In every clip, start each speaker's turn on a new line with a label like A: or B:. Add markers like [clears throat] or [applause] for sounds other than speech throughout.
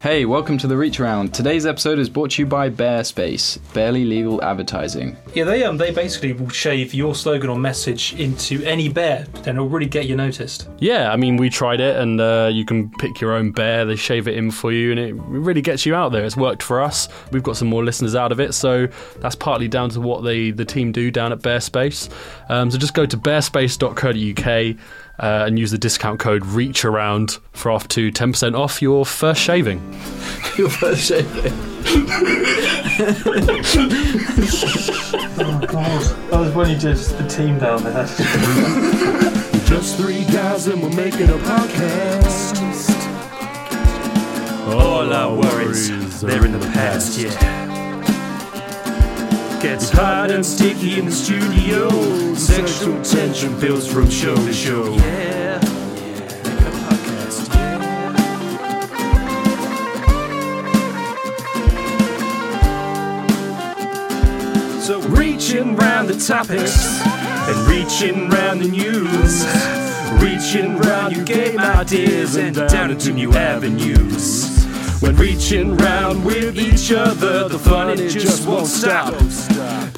A: Hey, welcome to the Reach Around. Today's episode is brought to you by Bearspace, barely legal advertising.
B: Yeah, they um they basically will shave your slogan or message into any bear, then it'll really get you noticed.
C: Yeah, I mean, we tried it, and uh, you can pick your own bear. They shave it in for you, and it really gets you out there. It's worked for us. We've got some more listeners out of it, so that's partly down to what they the team do down at Bearspace. Um, so just go to bearspace.co.uk uh, and use the discount code REACHAROUND for up to 10% off your first shaving.
A: Your first shave.
B: That was when you just the team down there.
D: Just three guys and we're making a podcast. All our worries, they're in the past, yeah. Gets hot and sticky in the studio. Sexual tension builds from show to show. Yeah. Podcast, yeah. So reaching round the topics and reaching round the news, reaching round your game ideas and down into new avenues. When reaching round with each other, the fun it just won't stop.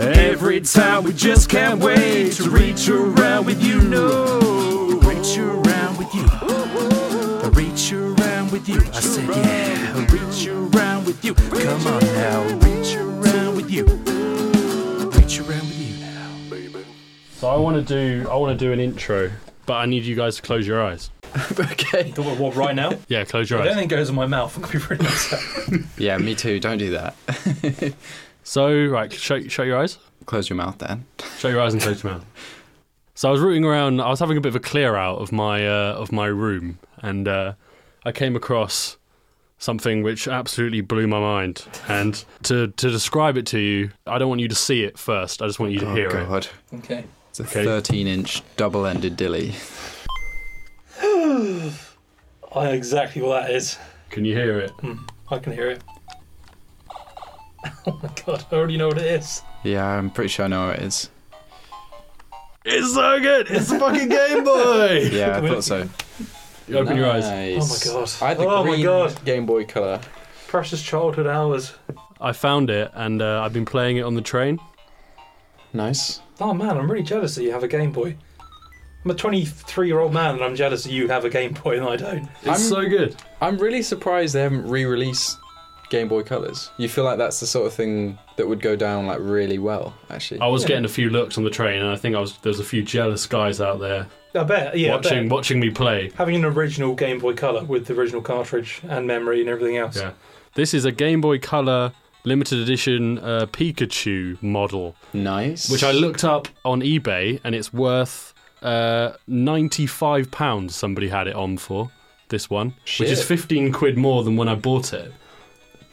D: Every time we just can't wait to reach around with you, no. Reach around with you. Reach around with you. I said, yeah. Reach around with you. Come on now. Reach around with you. Reach around with you now.
C: So I want to do I want to do an intro, but I need you guys to close your eyes.
A: okay.
B: what, what right now?
C: Yeah, close your
B: If
C: eyes.
B: anything goes in my mouth, I'm gonna be really upset.
A: Yeah, me too. Don't do that.
C: So right, shut, shut your eyes.
A: Close your mouth, Dan.
C: Shut your eyes and close your mouth. So I was rooting around. I was having a bit of a clear out of my uh, of my room, and uh, I came across something which absolutely blew my mind. And to to describe it to you, I don't want you to see it first. I just want you to
A: Oh,
C: hear it.
A: God.
B: Okay.
A: It's a
C: Okay.
A: 13 inch double ended dilly.
B: I know exactly what that is.
C: Can you hear it?
B: I can hear it. [laughs] Oh my god, I already know what it is.
A: Yeah, I'm pretty sure I know what it
C: [laughs]
A: is.
C: It's so good. It's the fucking Game Boy. [laughs]
A: Yeah, I thought so.
C: You Open your eyes.
A: Nice.
B: Oh my God.
A: I had the
B: Oh my
A: green
B: God.
A: Game Boy Color.
B: Precious childhood hours.
C: I found it, and uh, I've been playing it on the train.
A: Nice.
B: Oh man, I'm really jealous that you have a Game Boy. I'm a 23 year old man and I'm jealous that you have a Game Boy and I don't.
C: It's
A: I'm-
C: so good.
A: I'm really surprised they haven't re released Game Boy Colors. You feel like that's the sort of thing that would go down like really well, actually.
C: I was getting a few looks on the train, and I think I was there's a few jealous guys out there
B: I bet, yeah. I bet.
C: watching watching me play.
B: Having an original Game Boy Color with the original cartridge and memory and everything else.
C: Yeah. This is a Game Boy Color limited edition uh, Pikachu model,
A: Nice.
C: which I looked up on eBay and it's worth uh, £95. Somebody had it on for this one, which is
A: Shit.
C: 15 quid more than when I bought it.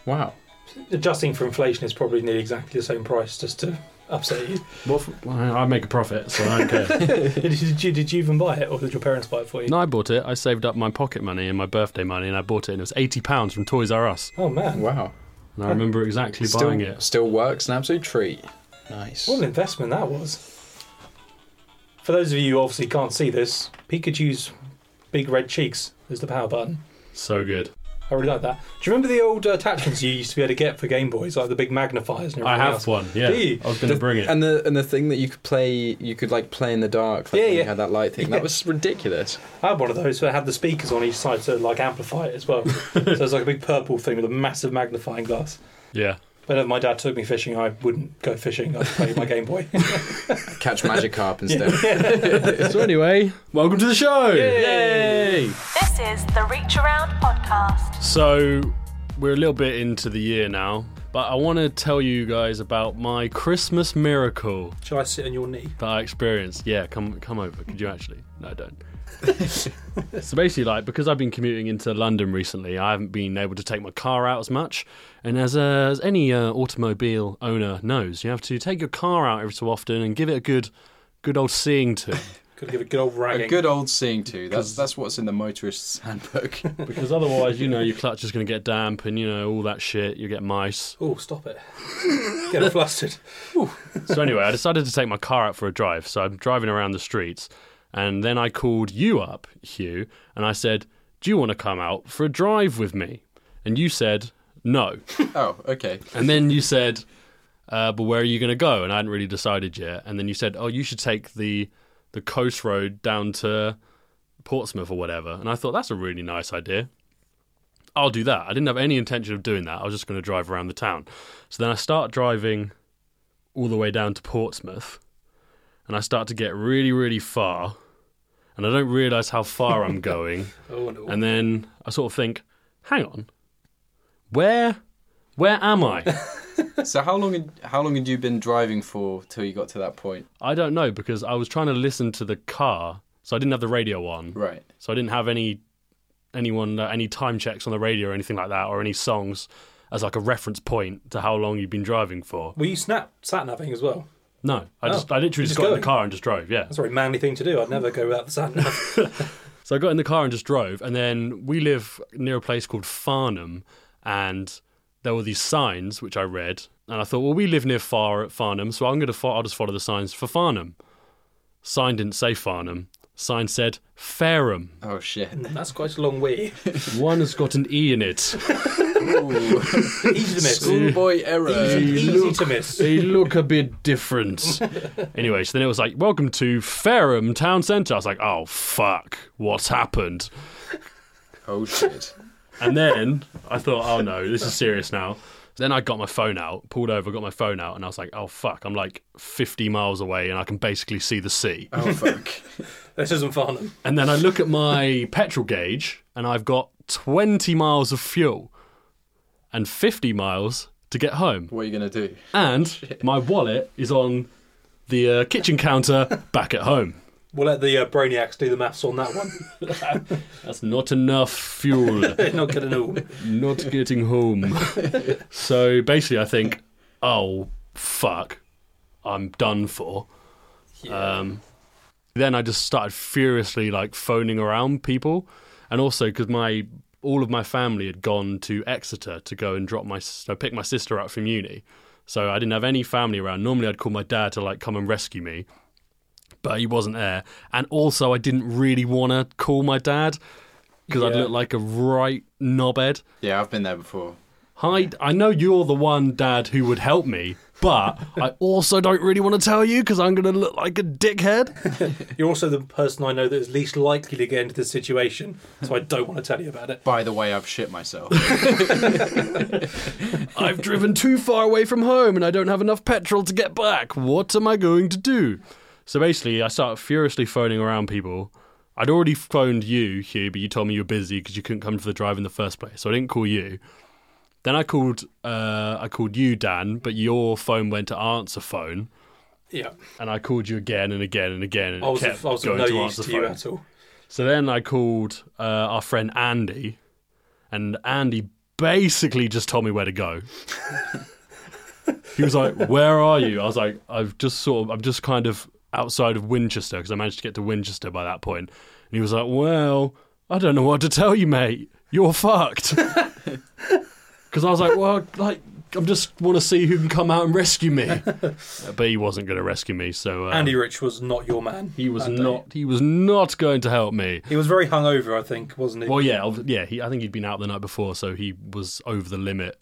A: Wow.
B: Adjusting for inflation is probably nearly exactly the same price, just to upset you. [laughs]
C: What f- well, I make a profit, so I don't [laughs] care.
B: did, you did you even buy it, or did your parents buy it for you?
C: no, I bought it. I saved up my pocket money and my birthday money and I bought it, and it was £80 from Toys R Us.
B: Oh man,
A: Wow.
C: And I remember exactly
A: Still,
C: buying it.
A: still works. An absolute treat. Nice.
B: what an investment that was. For those of you who obviously can't see this, Pikachu's big red cheeks is the power button.
C: So good.
B: I really like that. Do you remember the old uh, attachments you used to be able to get for Game Boys, like the big magnifiers and everything
C: I have
B: else?
C: one, yeah.
B: Do you?
C: I was going to bring it.
A: And the and the thing that you could play, you could like play in the dark. Like
B: Yeah,
A: when
B: yeah.
A: You had that light thing. That
B: Yeah.
A: was ridiculous.
B: I had one of those where it had the speakers on each side to like amplify it as well. so it's like a big purple thing with a massive magnifying glass.
C: yeah.
B: Whenever my dad took me fishing, I wouldn't go fishing. I'd play my Game Boy. [laughs]
A: Catch Magikarp instead.
C: So, anyway, welcome to the show. Yay!
E: This is the Reach Around Podcast.
C: So we're a little bit into the year now, but I want to tell you guys about my Christmas miracle
B: Shall I sit on your knee?
C: that I experienced. Yeah, come come over. Could you actually? No, [laughs] don't. so basically, like because I've been commuting into London recently, I haven't been able to take my car out as much. And as uh, as any uh, automobile owner knows, you have to take your car out every so often and give it a good good old seeing to,
B: Could give a good old ragging.
A: A good old seeing to. That's that's what's in the motorist's handbook. [laughs]
C: because otherwise, you know, your clutch is going to get damp and you know all that shit. You get mice.
B: Oh, stop it! Get it flustered.
C: So anyway, I decided to take my car out for a drive. So I'm driving around the streets, and then I called you up, Hugh, and I said, "Do you want to come out for a drive with me?" and you said no.
A: Oh, okay.
C: And then you said, uh, "But where are you going to go?" And I hadn't really decided yet. And then you said, "Oh, you should take the the coast road down to Portsmouth or whatever." And I thought that's a really nice idea. I'll do that. I didn't have any intention of doing that. I was just going to drive around the town. So then I start driving all the way down to Portsmouth, and I start to get really, really far, and I don't realise how far I'm going.
B: Oh, no.
C: And then I sort of think, hang on, where, where am I?
A: So how long had- how long had you been driving for till you got to that point?
C: I don't know because I was trying to listen to the car, so I didn't have the radio on,
A: Right.
C: so I didn't have any anyone uh, any time checks on the radio or anything like that, or any songs as like a reference point to how long you've been driving for.
B: Were you snap sat navving as well?
C: No, I
B: Oh,
C: just I literally
B: you
C: just
B: just
C: got in
B: go.
C: the car and just drove. Yeah,
B: That's a very manly thing to do. I'd never go without the
C: [laughs]
B: sat nav.
C: So I got in the car and just drove. And then we live near a place called Farnham, and there were these signs which I read, and I thought, well, we live near Far Farnham, so I'm gonna fo- I'll just follow the signs for Farnham. Sign didn't say Farnham. Sign said Fareham.
A: Oh shit.
B: [laughs] That's quite a long
C: [laughs]
B: way.
C: One has got an e in it.
A: Ooh.
B: Easy to miss.
A: Schoolboy error.
B: Easy, easy to miss.
C: They look a bit different. anyway, so then it was like, welcome to Fareham Town Centre. I was like, oh fuck, what's happened?
A: Oh shit.
C: And then I thought, oh no, this is serious now. Then I got my phone out, pulled over, got my phone out, and I was like, oh fuck, I'm like 50 miles away and I can basically see the sea.
A: Oh fuck.
B: This isn't Farnham.
C: And then I look at my petrol gauge and I've got 20 miles of fuel and 50 miles to get home.
A: What are you gonna do?
C: [laughs] And my wallet is on the uh, kitchen counter back at home.
B: We'll let the uh, brainiacs do the maths on that
C: [laughs]
B: one.
C: That's not enough fuel. [laughs]
B: They're not going to know.
C: not getting home. [laughs] so basically, I think, oh fuck, I'm done for. Um, then I just started furiously like phoning around people, and also because my all of my family had gone to Exeter to go and drop my s- uh, pick my sister up from uni, so I didn't have any family around. Normally, I'd call my dad to like come and rescue me. But he wasn't there, and also I didn't really want to call my dad because I'd
B: Yeah.
C: look like a right knobhead.
A: Yeah, I've been there before.
C: Hi, I know you're the one, Dad, who would help me, but I also don't really want to tell you because I'm going to look like a dickhead.
B: You're also the person I know that is least likely to get into this situation, so I don't want to tell you about it.
A: By the way, I've shit myself.
C: I've driven too far away from home and I don't have enough petrol to get back. What am I going to do? So basically, I started furiously phoning around people. I'd already phoned you, Hugh, but you told me you were busy because you couldn't come to the drive in the first place, so I didn't call you. Then I called, uh, I called you, Dan, but your phone went to answer phone,
B: Yeah,
C: and I called you again and again and again. And
B: I
C: it
B: was,
C: kept
B: I was of
C: going
B: no
C: to
B: use
C: answer
B: to you
C: phone.
B: at all.
C: So then I called uh, our friend Andy, and Andy basically just told me where to go. he was like, "Where are you?" I was like, "I've just sort of, I'm just kind of outside of Winchester because I managed to get to Winchester by that point." And he was like, "Well, I don't know what to tell you, mate. You're fucked." [laughs] Because I was like, "Well, like." I'm just want to see who can come out and rescue me, but he wasn't going to rescue me. So uh,
B: Andy Rich was not your man.
C: he was
B: that day.
C: not. He was not going to help me.
B: He was very hungover, I think, wasn't he?
C: Well, yeah, ob- yeah. He, I think he'd been out the night before, so he was over the limit.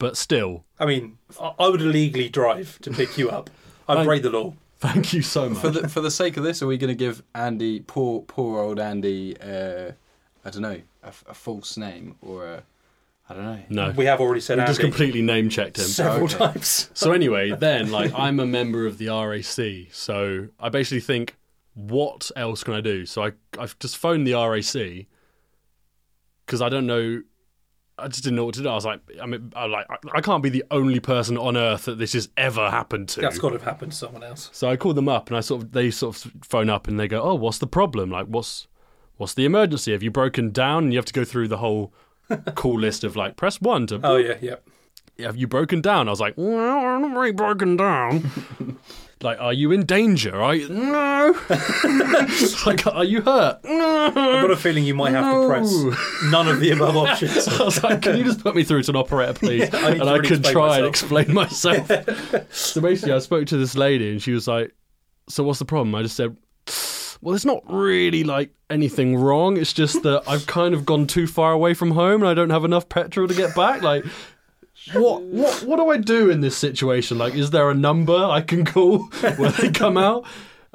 C: But still, [laughs]
B: I mean, I, I would illegally drive to pick you up. I'd
C: [laughs] I-
B: break the law.
C: thank you so much.
A: for the for the sake of this, are we going to give Andy, poor poor old Andy, uh, I don't know, a, f- a false name or a, I don't know. [laughs]
C: no, we
B: We have already said
C: just
B: Andy
C: completely name checked him. [laughs]
B: several
A: Okay.
B: times.
C: So anyway, then like I'm a member of the RAC, so I basically think, what else can I do? So I I've just phoned the RAC because I don't know. I just didn't know what to do. I was like, I mean, I like, I- I can't be the only person on earth that this has ever happened to.
B: That's got to have happened to someone else.
C: So I call them up and I sort of they sort of phone up and they go, "Oh, what's the problem? Like, what's what's the emergency? Have you broken down?" And you have to go through the whole call list of like, press one to.
B: Oh yeah, yeah.
C: Have you broken down? I was like, "Well, I'm not really broken down." like, are you in danger? I no. [laughs] like, are you hurt? No.
B: I've got a feeling you might have to press none of the [laughs] above options.
C: [laughs] I was like, can you just put me through to an [laughs] operator, please?
B: I need
C: and
B: to
C: I
B: really
C: could
B: explain
C: try and
B: myself.
C: explain [laughs] myself. so basically, I spoke to this lady and she was like, So what's the problem? I just said, well, it's not really like anything wrong. It's just [laughs] that I've kind of gone too far away from home and I don't have enough petrol to get back. Like, what, what, what do I do in this situation? Like, is there a number I can call [laughs] when they come out?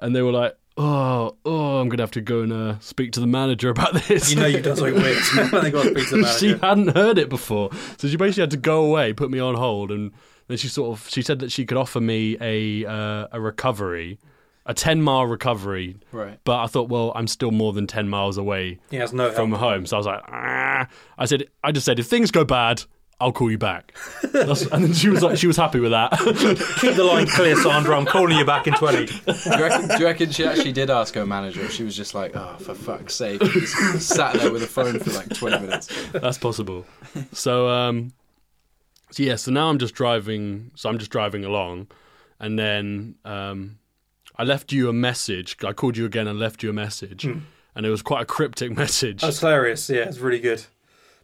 C: And they were like, oh, oh, I'm gonna have to go and uh, speak to the manager about this.
B: You know you've done [laughs] something weird when they got to [laughs] speak to the
C: she
B: manager.
C: hadn't heard it before, so she basically had to go away, put me on hold, and then she sort of she said that she could offer me a uh, a recovery, a ten mile recovery.
A: Right.
C: But I thought, well, I'm still more than ten miles away
B: He has no
C: from
B: help.
C: home, so I was like, ah. I said, I just said, if things go bad. I'll call you back, That's- and then she was like, she was happy with that. [laughs]
B: Keep the line clear, Sandra. I'm calling you back in 20.
A: Do you, reckon, do you reckon she actually did ask her manager? She was just like, oh, for fuck's sake. and just sat there with a phone for like 20 minutes.
C: That's possible. So um so yeah, so now I'm just driving so I'm just driving along and then um I left you a message. I called you again and left you a message. And it was quite a cryptic [laughs] message.
B: That's hilarious. Yeah, it's really good.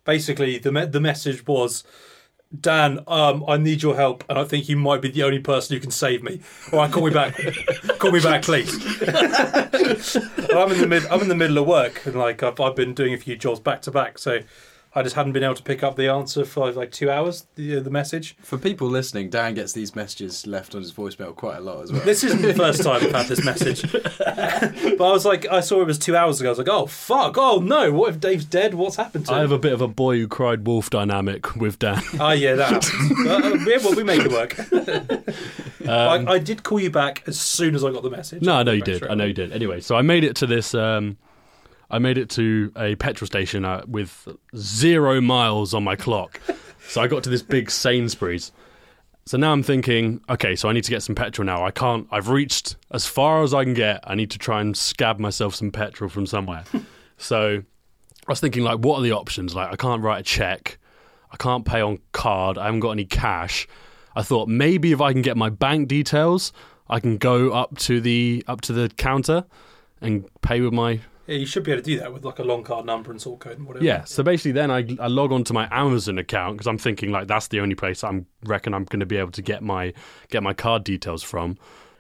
B: Basically, the me- the message was, Dan, um, I need your help, and I think you might be the only person who can save me. All right, call me back. [laughs] call me back, please. [laughs] And I'm in the mid. I'm in the middle of work, and like I've, I've been doing a few jobs back to back, so I just hadn't been able to pick up the answer for like two hours. The uh, the message.
A: For people listening, Dan gets these messages left on his voicemail quite a lot as well.
B: This isn't the first time I've had this message. [laughs] but I was like, I saw it was two hours ago. I was like, oh fuck, oh no, what if Dave's dead? What's happened to
C: I
B: him?
C: have a bit of a boy who cried wolf dynamic with Dan.
B: Oh yeah, that.
C: [laughs]
B: happened. uh, yeah, well, we made it work. I, I did call you back as soon as I got the message.
C: Um, No, I know you
A: Back
C: did.
A: straight
C: I know
A: away.
C: you did. Anyway, so I made it to this. Um, I made it to a petrol station uh, with zero miles on
A: [laughs]
C: my clock. so I got to this big Sainsbury's. So now I'm thinking, okay, so I need to get some petrol now. I can't. I've reached as far as I can get. I need to try and scab myself some petrol
A: [laughs]
C: from somewhere. so I was thinking, like, what are the options? Like, I can't write a check. I can't pay on card. I haven't got any cash. I thought maybe if I can get my bank details, I can go up to the up to the counter and pay with my
B: Yeah, you should be able to do that with like a long card number and sort code and whatever. [laughs]
C: yeah. So basically, then I, I log onto my Amazon account because I'm thinking like that's the only place I'm reckon I'm going to be able to get my get my card details from.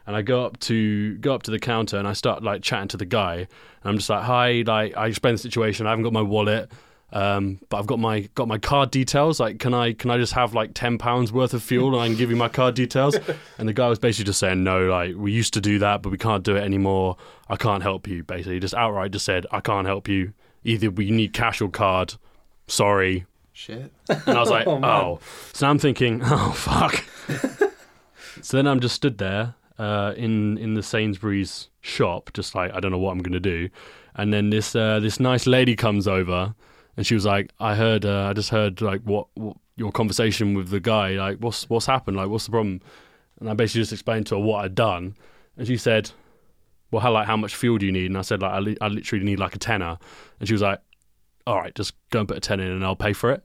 C: And I go up to go up to the counter and I start like chatting to the guy. And I'm just like, hi, like I explain the situation. I haven't got my wallet, um, but I've got my got my card details. Like, can I can I just have like ten pounds worth of fuel and I can give you my card details? and the guy was basically just saying, no, like we used to do that, but we can't do it anymore. I can't help you. Basically, just outright just said, I can't help you either we need cash or card. Sorry.
A: Shit.
C: And I was like, oh, So I'm thinking, [laughs] oh fuck. so then I'm just stood there uh, in in the Sainsbury's shop, just like I don't know what I'm gonna do. And then this uh, this nice lady comes over, and she was like, I heard, uh, I just heard like what, what your conversation with the guy, like what's what's happened, like what's the problem? And I basically just explained to her what I'd done, and she said, well, how like how much fuel do you need? And I said like I, li- I literally need like a tenner, and she was like, all right, just go and put a tenner in, and I'll pay for it.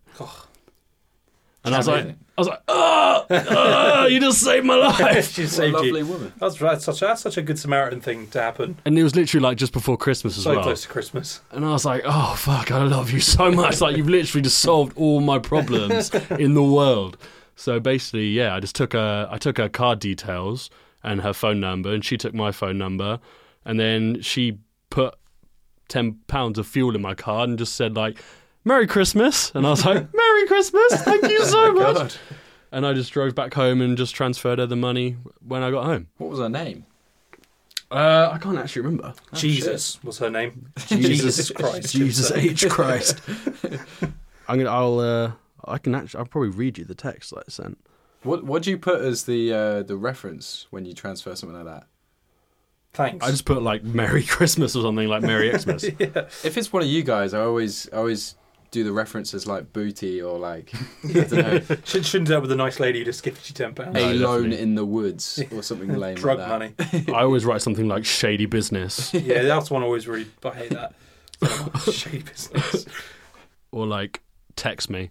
C: And I was like, I was like, ah, ah, you just saved
B: [laughs]
C: my life.
B: she
A: What a
B: saved
A: lovely
B: you.
A: woman.
B: That's right. Such that's such a good Samaritan thing to happen.
C: And it was literally like just before Christmas as
B: So
C: well.
B: close to Christmas.
C: And I was like, oh fuck, I love you so much. Like you've literally just solved all my problems in the world. So basically, yeah, I just took her I took her card details and her phone number and she took my phone number and then she put ten pounds of fuel in my card and just said like Merry Christmas and I was [laughs] like, Merry Christmas, thank you so much.
A: God.
C: And I just drove back home and just transferred her the money when I got home.
A: What was her name?
C: Uh, I can't actually remember.
A: Oh,
B: Jesus was her name.
C: [laughs]
B: [laughs]
A: Jesus.
B: Christ.
C: Jesus H Christ. [laughs] I'm gonna. I'll. Uh, I can actually. I'll probably read you the text that I sent.
A: What What do you put as the uh, the reference when you transfer something like that?
B: Thanks.
C: I just put like Merry Christmas or something like Merry [laughs] Xmas.
A: If it's one of you guys, I always I always do the references like booty or
B: [laughs]
A: like I don't know,
B: Should, shouldn't do that with a nice lady who just gifted you
A: [laughs]
B: ten pounds.
A: a
C: No,
A: lone
C: definitely.
A: in the woods or
B: [laughs]
A: something lame
B: Drug
A: like that. [laughs]
B: money.
C: I always write something like shady business
B: Yeah, that's one I always really. I hate that.
C: [laughs]
B: Shady business. [laughs]
C: or like text me.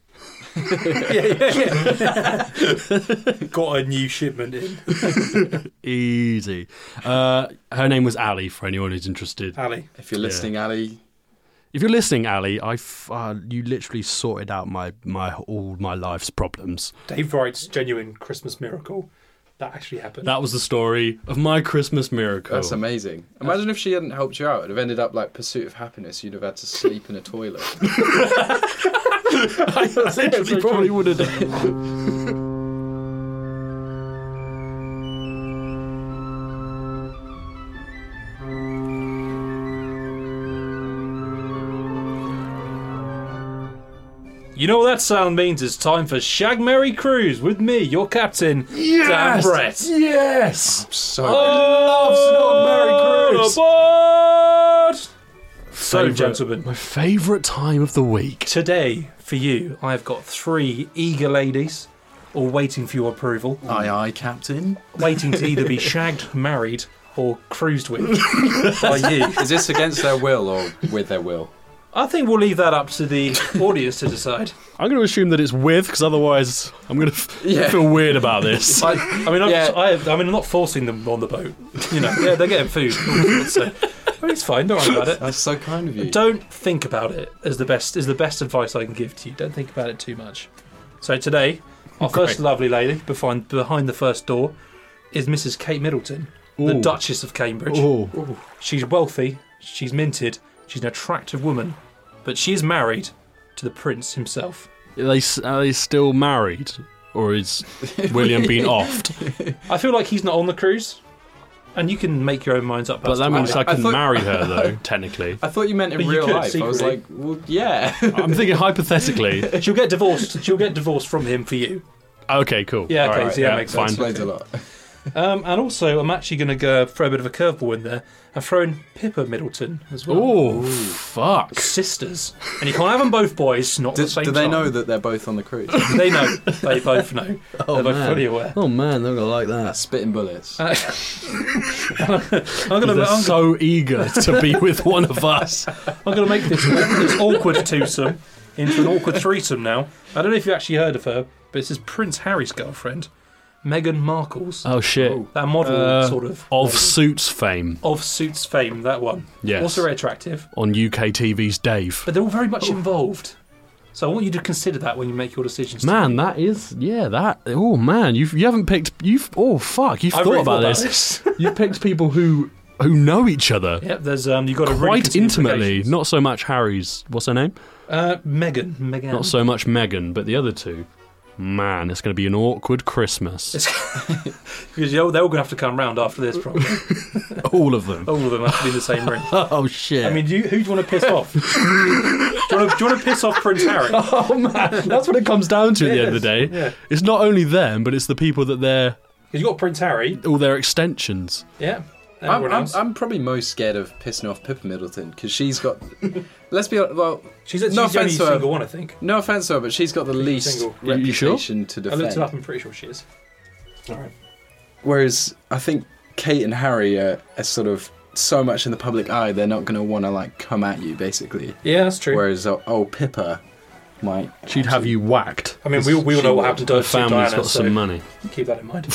B: yeah, yeah,
C: [laughs]
B: yeah. Got a new shipment in.
C: Easy. Uh, her name was Ali. For anyone who's interested,
B: Ali.
A: If you're listening, Ali,
C: if you're listening, Ali, I f- uh, you literally sorted out my my all my life's problems.
B: Dave writes genuine Christmas miracle. That actually happened.
C: That was the story of my Christmas miracle.
A: That's amazing. Imagine if she hadn't helped you out. It'd have ended up like Pursuit of Happiness. You'd have had to sleep in a
B: [laughs]
A: toilet.
C: I literally probably would have done.
B: You know what that sound means? It's time for Shag Merry Cruise with me, your captain, Dan Brett.
C: Yes.
A: So
B: [laughs] Oh, Merry Cruise. So,
C: Favourite-
B: gentlemen,
C: My favourite time of the week.
B: today for you, I've got three eager ladies, all waiting for your approval,
F: Aye, aye, Captain.
B: waiting to either be shagged, married, or cruised with by you.
A: is this against their will or with their will?
B: I think we'll leave that up to the audience to decide.
C: I'm going to assume that it's with, because otherwise I'm going to f-
A: Yeah.
C: feel weird about [laughs] this.
A: I,
B: I mean, I'm,
A: Yeah.
B: I, I mean, I'm not forcing them on the boat. You know, yeah, they're getting food. So, I mean, it's fine. Don't worry about it.
A: [laughs] that's so kind of you.
B: Don't think about it is the best is the best advice I can give to you. Don't think about it too much. So today, our first lovely lady behind behind the first door is Mrs. Kate Middleton, the
C: Ooh.
B: Duchess of Cambridge.
C: Oh,
B: She's wealthy, she's minted, she's an attractive woman, but she is married to the prince himself.
C: are they s- are they still married, or [laughs] is William being offed?
B: I feel like he's not on the cruise, and you can make your own minds up.
C: But
B: as to
C: that means
B: why.
C: I can
A: thought-
C: marry her [laughs] though. Technically,
A: I thought you meant in
B: But you
A: real
B: could,
A: life. I was
B: secretly.
A: like, well, yeah. [laughs]
C: I'm thinking [laughs] hypothetically.
B: she'll get divorced. She'll get divorced from him for you.
C: Okay, cool.
B: Yeah, okay,
C: Alright,
B: so yeah, makes sense.
C: fine.
A: Explains a lot.
B: Um, and also, I'm actually going to go throw a bit of a curveball in there. I've thrown Pippa Middleton as well.
C: Oh, fuck.
B: Sisters, and you can't have them both boys. Not at
A: Do,
B: the same
A: do they
B: time.
A: know that they're both on the cruise?
B: They know. They both know.
C: [laughs]
B: They're both
C: man.
B: fully aware.
C: Oh man, they're gonna like that.
A: Spitting bullets.
B: Uh, I'm going
C: They're
B: to
C: so eager
B: [laughs]
C: to be with one of us.
B: I'm going to make this, this awkward twosome into an awkward threesome now. I don't know if you actually heard of her, but this is Prince Harry's girlfriend, Meghan Markle's.
C: Oh shit.
B: that model,
C: Uh,
B: sort of.
C: Of suits fame
B: of Suits fame, that one.
C: Yes.
B: Also very attractive,
C: on UK TV's Dave.
B: but they're all very much involved. So I want you to consider that when you make your decisions.
C: Man, that is yeah. That oh man, you've you haven't picked you've oh fuck you've
B: I've
C: thought,
B: really
C: about, this.
B: this.
C: You've picked people who who know each other
B: yep, there's um, you got to really
C: quite
B: consider
C: intimately.
B: implications.
C: Not so much Harry's. What's her name?
B: uh, Megan, Megan.
C: Not so much Megan, but the other two. Man, it's going to be an awkward Christmas.
B: because they're all going to have to come round after this.
C: [laughs]
B: Probably
C: [laughs] All of them.
B: all of them have to be in the same room.
C: [laughs] Oh shit.
B: I mean, do you, who do you want to piss off? do, you want to, do you want to piss off Prince Harry?
C: Oh man, that's what it comes down to at the end of the day.
B: Yeah.
C: It's not only them, but it's the people that they're
B: Because you got Prince Harry.
C: all their extensions.
B: Yeah.
A: I'm,
B: Everyone
A: I'm,
B: else.
A: I'm probably most scared of pissing off Pippa Middleton because she's got. [laughs] let's be honest. Well,
B: she's actually
A: no
B: the only
A: offense to her.
B: single one, I think.
A: no offense to her, but she's got the least
B: single.
C: You- you sure?
A: reputation to
B: I looked it up.
A: defend.
B: I'm pretty sure she is. All right.
A: Whereas I think Kate and Harry are, are sort of so much in the public eye, they're not going to want to like come at you, basically.
B: Yeah, that's true.
A: Whereas oh, oh Pippa might.
C: She'd have you whacked.
B: I mean, we, we all know what happened to
C: Her
B: her
C: family's
B: Diana,
C: got
B: so
C: some money.
B: Keep that in mind.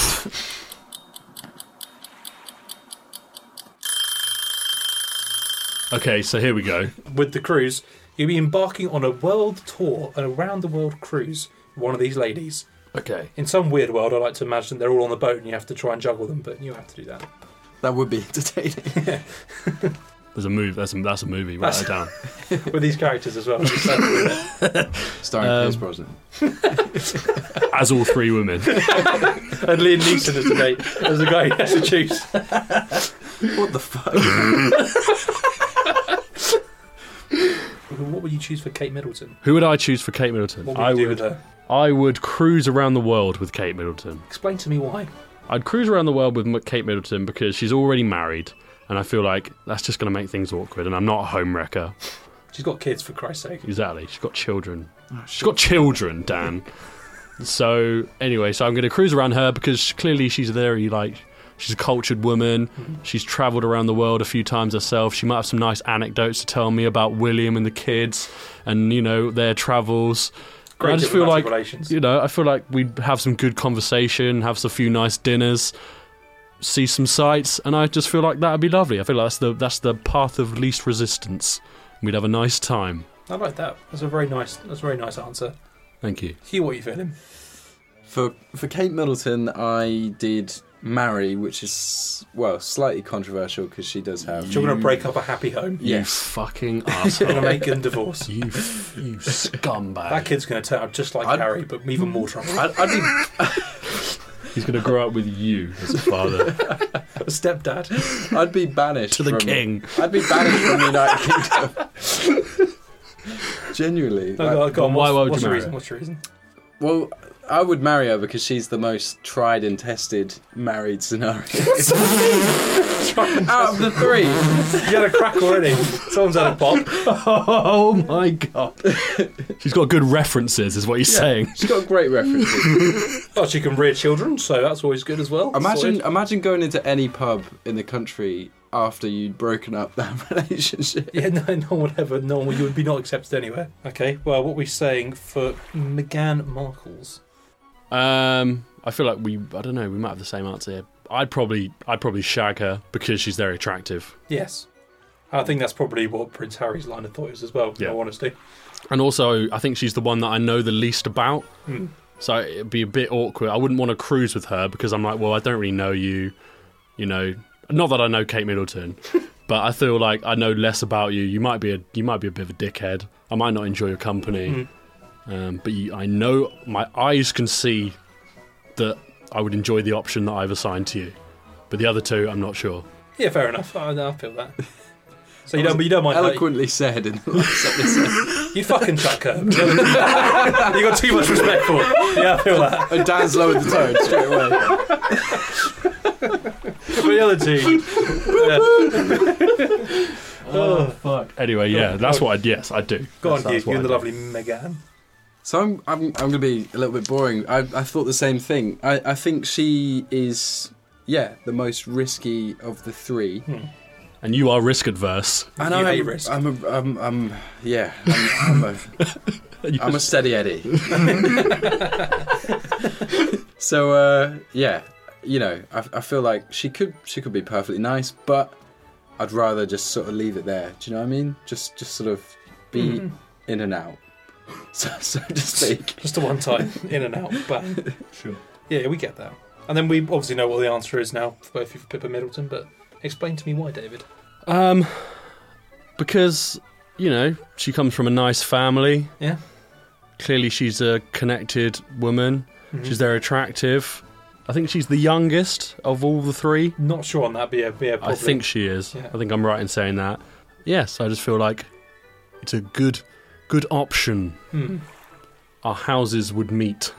C: Okay, so here we go.
B: with the cruise, you'll be embarking on a world tour, an around the world cruise. with One of these ladies.
C: Okay.
B: In some weird world, I like to imagine they're all on the boat and you have to try and juggle them, but you have to do that.
A: That would be [laughs] entertaining.
C: Um, There's a move. That's a, that's a movie. Write that down.
B: With these characters as well. Exactly.
A: Starring Pierce Brosnan.
C: As all three women.
B: and Liam Neeson is the guy, as the guy who has to choose.
A: [laughs] What the fuck?
B: [laughs] What would you choose for Kate Middleton?
C: Who would I choose for Kate Middleton?
B: What would you
C: I
B: do
C: would.
B: with her?
C: I would cruise around the world with Kate Middleton.
B: Explain to me why.
C: I'd cruise around the world with M- Kate Middleton because she's already married, and I feel like that's just going to make things awkward. And I'm not a home wrecker.
B: She's got kids, for Christ's sake.
C: Exactly. She's got children. She's got children, Dan. so anyway, so I'm going to cruise around her because clearly she's very like she's a cultured woman. She's travelled around the world a few times herself. She might have some nice anecdotes to tell me about William and the kids, and you know their travels. And
B: Great
C: I just feel like
B: diplomatic relations.
C: you know I feel like we'd have some good conversation, have a few nice dinners. See some sights, and I just feel like that'd be lovely. I feel like that's the that's the path of least resistance. We'd have a nice time.
B: I like that. That's a very nice. That's a very nice answer.
C: Thank you.
B: Hugh, what are you feeling?
A: For for Kate Middleton, I did marry, which is well slightly controversial because she does have.
B: Do you want to break up a happy home?
A: Yeah.
C: You
A: Yes.
C: [laughs] fucking
B: You're
C: asshole.
B: going to make them divorce.
C: you, f- you scumbag.
B: That kid's going to turn out just like
A: I'd-
B: Harry, but even more trouble.
A: I'd, I'd be
C: He's going to grow up with you as a father.
B: A [laughs] stepdad.
A: I'd be banished
C: [laughs] To the
A: from-
C: king.
A: I'd be banished from the United Kingdom. [laughs] Genuinely,
B: No,
A: like-
B: no, Oh, go on.
C: why
B: what's-
C: would
B: what's the
C: you marry
B: reason?
C: her?
B: What's the reason?
A: well, I would marry her because she's the most tried and tested married [laughs] scenario out of the three.
B: You had a crack already. Someone's had a pop.
C: [laughs] oh my [laughs] god. She's got good references, is what he's saying.
A: She's got great [laughs] references.
B: Well, she can rear children, so that's always good as well.
A: Imagine,
B: Sorted.
A: imagine going into any pub in the country after you'd broken up that [laughs] relationship.
B: Yeah, [laughs] no, no one ever, no one, you would be not accepted anywhere. Okay, well, what we're saying for Meghan Markle's.
C: Um, I feel like we, I don't know, we might have the same answer here. I'd probably, I'd probably shag her because she's very attractive,
B: Yes. I think that's probably what Prince Harry's line of thought is as well, yeah.
C: Yeah.
B: in all honesty.
C: and also I think she's the one that I know the least about.
B: Hmm.
C: So it'd be a bit awkward. I wouldn't want to cruise with her because I'm like, well, I don't really know you. You know, not that I know
B: [laughs]
C: Kate Middleton, but I feel like I know less about you. You might be a, you might be a bit of a dickhead. I might not enjoy your company,
B: Hmm.
C: um, but you, I know my eyes can see that I would enjoy the option that I've assigned to you. But the other two, I'm not sure.
B: Yeah, fair enough. I, I feel that. So you don't, you don't mind her.
A: Eloquently said [laughs] in the last episode.
B: You fucking chuck her. [laughs] you got too much respect for her. Yeah, I feel that.
A: And Dan's lowered the tone straight away.
B: But the other two,
C: Oh fuck. Anyway, yeah, that's what I'd. Yes, I do.
B: go on,
C: That's-
B: you,
C: that's
B: you
C: what
B: and the
C: I'd
B: lovely Meghan.
A: So I'm, I'm, I'm going to be a little bit boring. I, I thought the same thing. I, I think she is, yeah, the most risky of the three.
C: do. And you are risk adverse.
A: And
B: You
A: I,
B: hate risk.
A: I'm, Hmm. a, I'm, I'm, yeah, I'm, [laughs] I'm, a, I'm a steady [laughs] Eddie. so uh, yeah, you know, I, I feel like she could, she could be perfectly nice, but I'd rather just sort of leave it there. Do you know what I mean? Just, just sort of be in and out, [laughs] so, so to speak.
B: Just a one time, in and out, bang.
C: [laughs] Sure.
B: Yeah, we get that. And then we obviously know what the answer is now for both you for Pippa Middleton, but explain to me why, David.
C: Um, because you know she comes from a nice family.
B: Yeah.
C: Clearly, she's a connected woman.
B: Mm-hmm.
C: She's very attractive. I think she's the youngest of all the three.
B: Not sure on that, but yeah, yeah probably.
C: I think she is.
B: Yeah.
C: I think I'm right in saying that. Yes, I just feel like it's a good, good option.
B: Hmm.
C: Mm, Our houses would meet,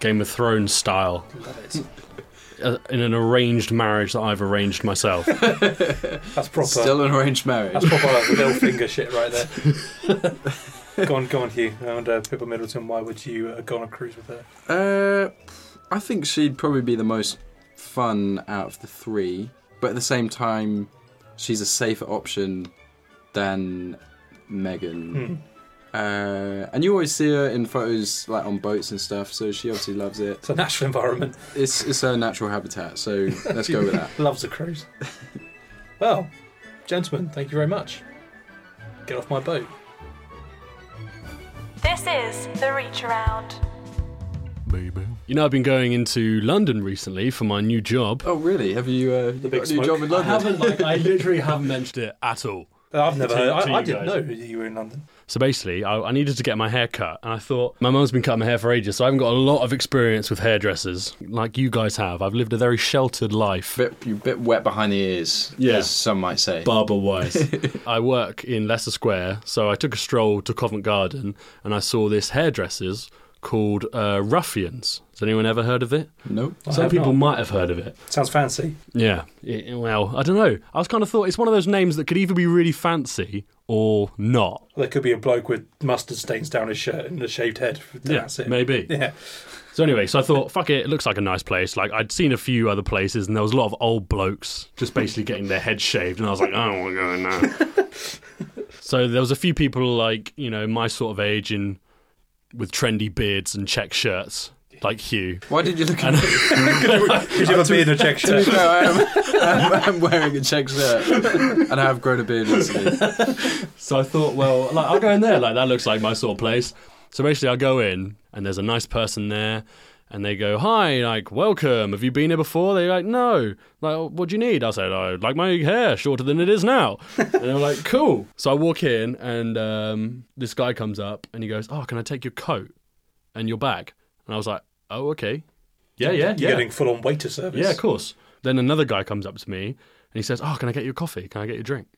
C: Game of Thrones style,
B: Love it.
C: uh, in an arranged marriage that I've
B: [laughs]
C: arranged myself.
B: That's proper.
A: Still an arranged marriage.
B: That's proper like, little finger shit right there.
C: [laughs]
B: go on, go on, Hugh. And uh, Pippa Middleton, why would you uh, go on a cruise with her?
A: [laughs] Uh, I think she'd probably be the most fun out of the three, but at the same time, she's a safer option than Megan. Uh, and you always see her in photos like on boats and stuff, so she obviously loves it.
B: It's a natural environment.
A: It's it's her natural habitat, so let's go with that.
B: [laughs] Loves a
C: [laughs]
B: cruise. Well, gentlemen, thank you very much. Get off my boat.
E: This is the Reach Around.
C: You know, I've been going into London recently for my new job.
A: Oh really? Have you uh, you
B: big
A: got a new
B: smoke.
A: job in London?
C: like, I literally haven't mentioned it at all.
B: I've never
C: To-
B: heard.
C: to
B: I, I
C: you
B: didn't
C: guys.
B: know that you were in London.
C: So basically, I, I needed to get my hair cut, and I thought my mum's been cutting my hair for ages, so I haven't got a lot of experience with hairdressers like you guys have. I've lived a very sheltered life.
A: Bit, you bit wet behind the ears,
C: Yeah.
A: as some might say.
C: Barber wise. [laughs] I work in Leicester Square, so I took a stroll to Covent Garden and I saw this hairdressers called uh, Ruffians. Has anyone ever heard of it?
A: nope.
C: Some
B: have
C: people
B: not.
C: might have heard of it.
B: Sounds fancy.
C: Yeah. It- well, I don't know. I was kind of thought it's one of those names that could either be really fancy or not.
B: There could be a bloke with mustard stains down his shirt and a shaved head. [laughs] That's it.
C: maybe.
B: Yeah.
C: So anyway, so I thought, fuck it, it looks like a nice place. Like I'd seen a few other places, and there was a lot of old blokes just basically getting their heads shaved, and I was like, "Oh, I don't want to go in there. so there was a few people like you know my sort of age and with trendy beards and check shirts, like Hugh.
A: Why did you look at me?
B: Did you have a beard and a check
A: To be
B: shirt?
A: fair, I am, [laughs] I'm, I'm wearing a check shirt, and I have grown a beard recently.
C: So I thought, well, like I'll go in there. Like that looks like my sort of place. So basically, I go in, and there's a nice person there, and they go, "Hi, like welcome. Have you been here before?" They're like, "No." Like, "What do you need?" I said, "I like my hair shorter than it is now." and they're like, "Cool." So I walk in, and um, this guy comes up and he goes, "Oh, can I take your coat and your bag?" And I was like, "Oh, okay." Yeah,
B: You're
C: yeah, yeah.
B: getting full on waiter service.
C: Yeah, of course. Then another guy comes up to me and he says, Oh, can I get you a coffee? Can I get you a drink?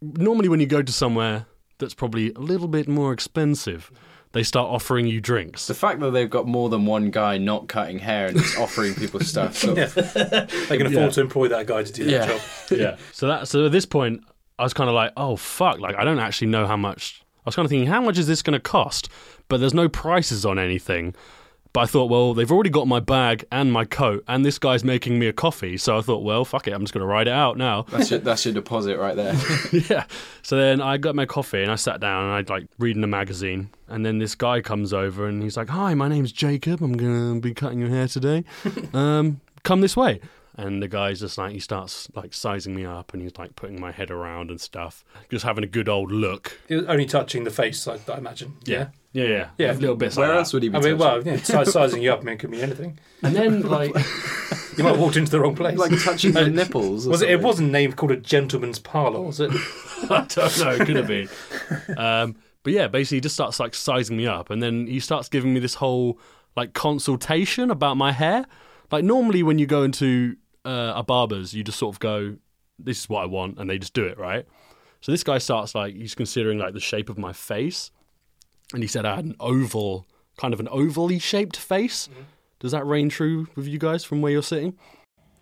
C: Normally, when you go to somewhere that's probably a little bit more expensive, they start offering you drinks.
A: The fact that they've got more than one guy not cutting hair and just offering people stuff. So
B: They can afford to employ that guy to do
A: [laughs]
B: that
A: Yeah.
B: job.
C: yeah. So that so at this point, I was kind of like, oh fuck, like I don't actually know how much. I was kind of thinking, how much is this going to cost? But there's no prices on anything. But I thought, well, they've already got my bag and my coat, and this guy's making me a coffee. So I thought, well, fuck it, I'm just going to ride it out now.
A: that's your, that's your deposit right there.
C: yeah. So then I got my coffee and I sat down and I'd like reading a magazine. And then this guy comes over and he's like, Hi, my name's Jacob. I'm going to be cutting your
A: [laughs]
C: hair today. Um, come this way. And the guy's just like, he starts like sizing me up and he's like putting my head around and stuff, just having a good old look.
B: He was only touching the face, I, I imagine. Yeah.
C: Yeah. Yeah.
B: Yeah.
C: Little bits
A: Where
C: like
A: else
C: that.
A: would he be?
B: I mean,
A: touching?
B: well, yeah, [laughs] size, sizing you up, I mean, it could be anything.
A: [laughs]
C: And then like,
B: You might have walked into the wrong place.
A: like touching the nipples. Or
B: [laughs] was it? It
A: something.
B: wasn't named called a gentleman's parlour, was it?
C: [laughs] I don't know. Could it be? Um, but yeah, basically, he just starts like sizing me up, and then he starts giving me this whole like consultation about my hair. Like normally, when you go into uh, a barber's, you just sort of go, "This is what I want," and they just do it, right? So this guy starts like he's considering like the shape of my face, and he said I had an oval, kind of an ovally shaped face. Does that reign true with you guys from where you're sitting?
B: [laughs]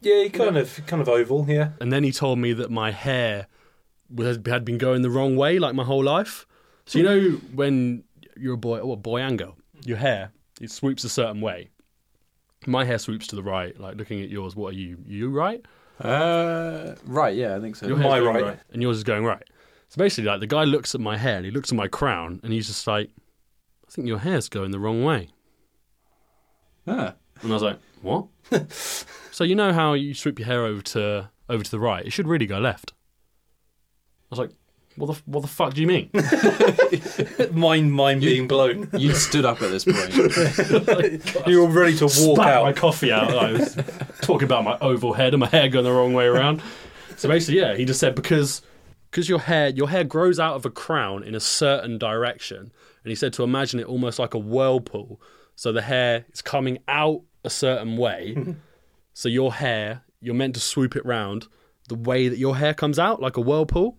B: Yeah, he kind of, kind of oval. Yeah.
C: and then he told me that my hair was, had been going the wrong way like my whole life. So you know when you're a boy, oh, what boy and girl, your hair it swoops a certain way. My hair swoops to the right, like looking at yours. What are you? You right?
A: Uh, right, yeah, I think so.
C: Your hair's
B: My
C: going
B: right.
C: and yours is going right. So basically, like the guy looks at my hair and he looks at my crown and he's just like, "I think your hair's going the wrong way."
A: Ah.
C: And I was like, "What?" so you know how you swoop your hair over to over to the right? It should really go left. I was like, "What the what the fuck do you mean?"
B: [laughs] Mine, mine being blown.
A: You stood up at this point.
B: You were ready to walk
C: spat my
B: out.
C: coffee out.
B: [laughs]
C: I was talking about my oval head and my hair going the wrong way around. So basically, yeah, he just said because because your hair your hair grows out of a crown in a certain direction, and he said to imagine it almost like a whirlpool. So the hair is coming out a
B: [laughs]
C: certain way. so your hair, you're meant to swoop it round the way that your hair comes out, like a whirlpool.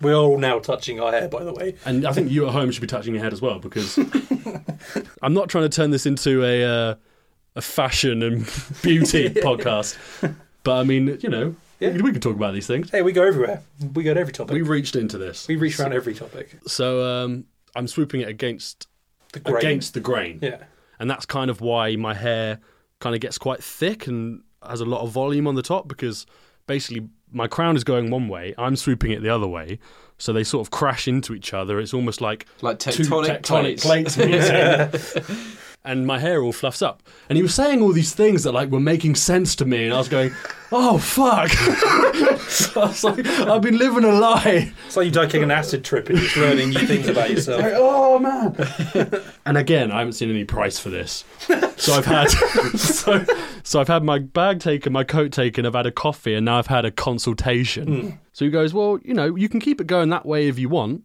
B: We're all now touching our hair, by the way.
C: And I think you at home should be touching your head as
B: [laughs]
C: well because I'm not trying to turn this into a uh, a fashion and [laughs]
B: [laughs]
C: beauty podcast. But I mean, you know,
B: Yeah.
C: we, we can talk about these things.
B: Hey, we go everywhere. We go to every
C: We
B: topic.
C: reached into this.
B: We reach around every topic.
C: So um, I'm swooping it against
B: The grain.
C: against the grain.
B: Yeah.
C: And that's kind of why my hair kind of gets quite thick and has a lot of volume on the top because basically my crown is going one way, I'm swooping it the other way. So they sort of crash into each other. It's almost like
A: Like
C: two
A: tectonic, plates. [laughs]
C: meeting. and my hair all fluffs up. And he was saying all these things that like were making sense to me, and I was going, "Oh fuck!" [laughs] I was like, "I've been living a lie."
B: It's like you're taking an acid trip and just learning new things about [laughs] yourself.
C: Oh man! and again, I haven't seen any price for this, so I've had [laughs] so so I've had my bag taken, my coat taken, I've had a coffee, and now I've had a consultation. So he goes, "Well, you know, you can keep it going that way if you want."